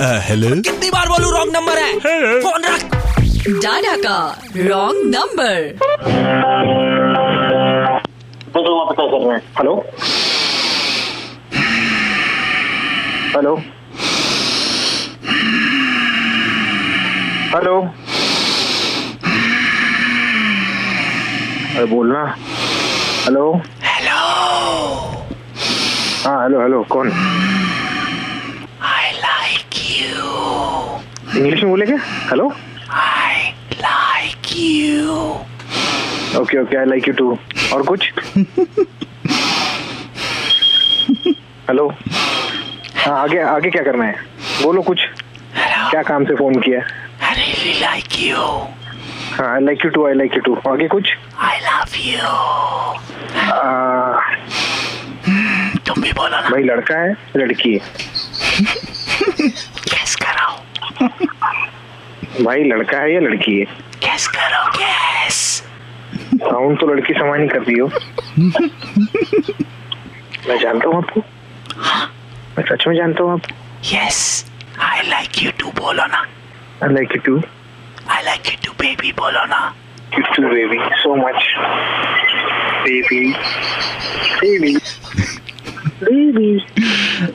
Hello कितनी बार बोलू रॉन्ग नंबर है फोन रख डाडा का रॉन्ग नंबर देखो वहाँ पता कर रहे हैं हेलो हेलो हेलो अरे बोलना हेलो हेलो हाँ हेलो हेलो कौन आई लाइक यू इंग्लिश में बोले क्या hello I like you okay okay I like you too और कुछ हेलो हाँ आगे आगे क्या करना है बोलो कुछ क्या काम से फोन किया है? आई रियली लाइक यू हाँ I like you too I like you too आगे कुछ आई लव यू आ, तुम भी बोलो ना भाई लड़का है लड़की है कैस करो भाई लड़का है या लड़की है कैस करो कैस साउंड तो लड़की समान ही कर रही हो मैं जानता हूँ आपको मैं सच में जानता हूँ आपको yes I like you too बोलो ना I like you too I like you too baby बोलो ना you too baby so much baby baby baby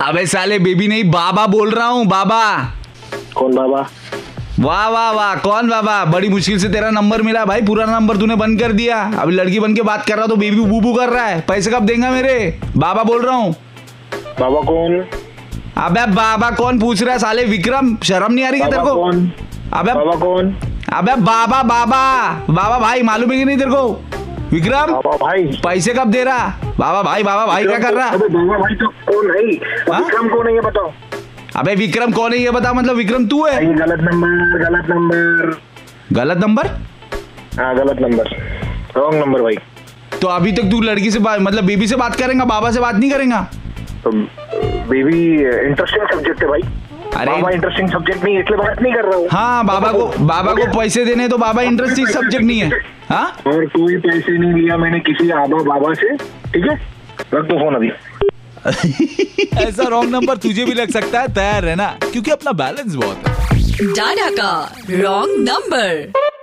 अबे साले बेबी नहीं बाबा बोल रहा हूँ बाबा कौन बाबा वाह वाह वाह कौन बाबा बड़ी मुश्किल से तेरा नंबर मिला भाई पुराना नंबर तूने बंद कर दिया अभी लड़की बन के बात कर रहा तो बेबी बूबू कर रहा है पैसे कब देगा मेरे बाबा बोल रहा हूँ बाबा कौन अबे बाबा कौन पूछ रहा है साले विक्रम शर्म नहीं आ रही क्या तेरे बाबा को कौन अबे बाबा कौन अबे बाबा बाबा बाबा भाई मालूम है कि नहीं तेरे को विक्रम बाबा भाई पैसे कब दे रहा बाबा भाई बाबा भाई क्या कर रहा अबे बाबा भाई तो कौन है हाँ? विक्रम कौन है ये बताओ अबे विक्रम कौन है ये बता मतलब विक्रम तू है ये गलत नंबर गलत नंबर गलत नंबर हाँ गलत नंबर रॉन्ग नंबर भाई तो अभी तक तू लड़की से बात मतलब बेबी से बात करेगा बाबा से बात नहीं करेगा तो बेबी इंटरेस्टिंग सब्जेक्ट है भाई अरे- बाबा इंटरेस्टिंग सब्जेक्ट नहीं है, इसलिए बात नहीं कर रहा हूँ हाँ बाबा को बाबा को पैसे देने तो बाबा इंटरेस्टिंग सब्जेक्ट नहीं है हाँ और कोई पैसे नहीं लिया मैंने किसी आबा बाबा से ठीक है रख दो फोन अभी ऐसा रॉन्ग नंबर तुझे भी लग सकता है तैयार रहना क्योंकि अपना बैलेंस बहुत है डाडा का रॉन्ग नंबर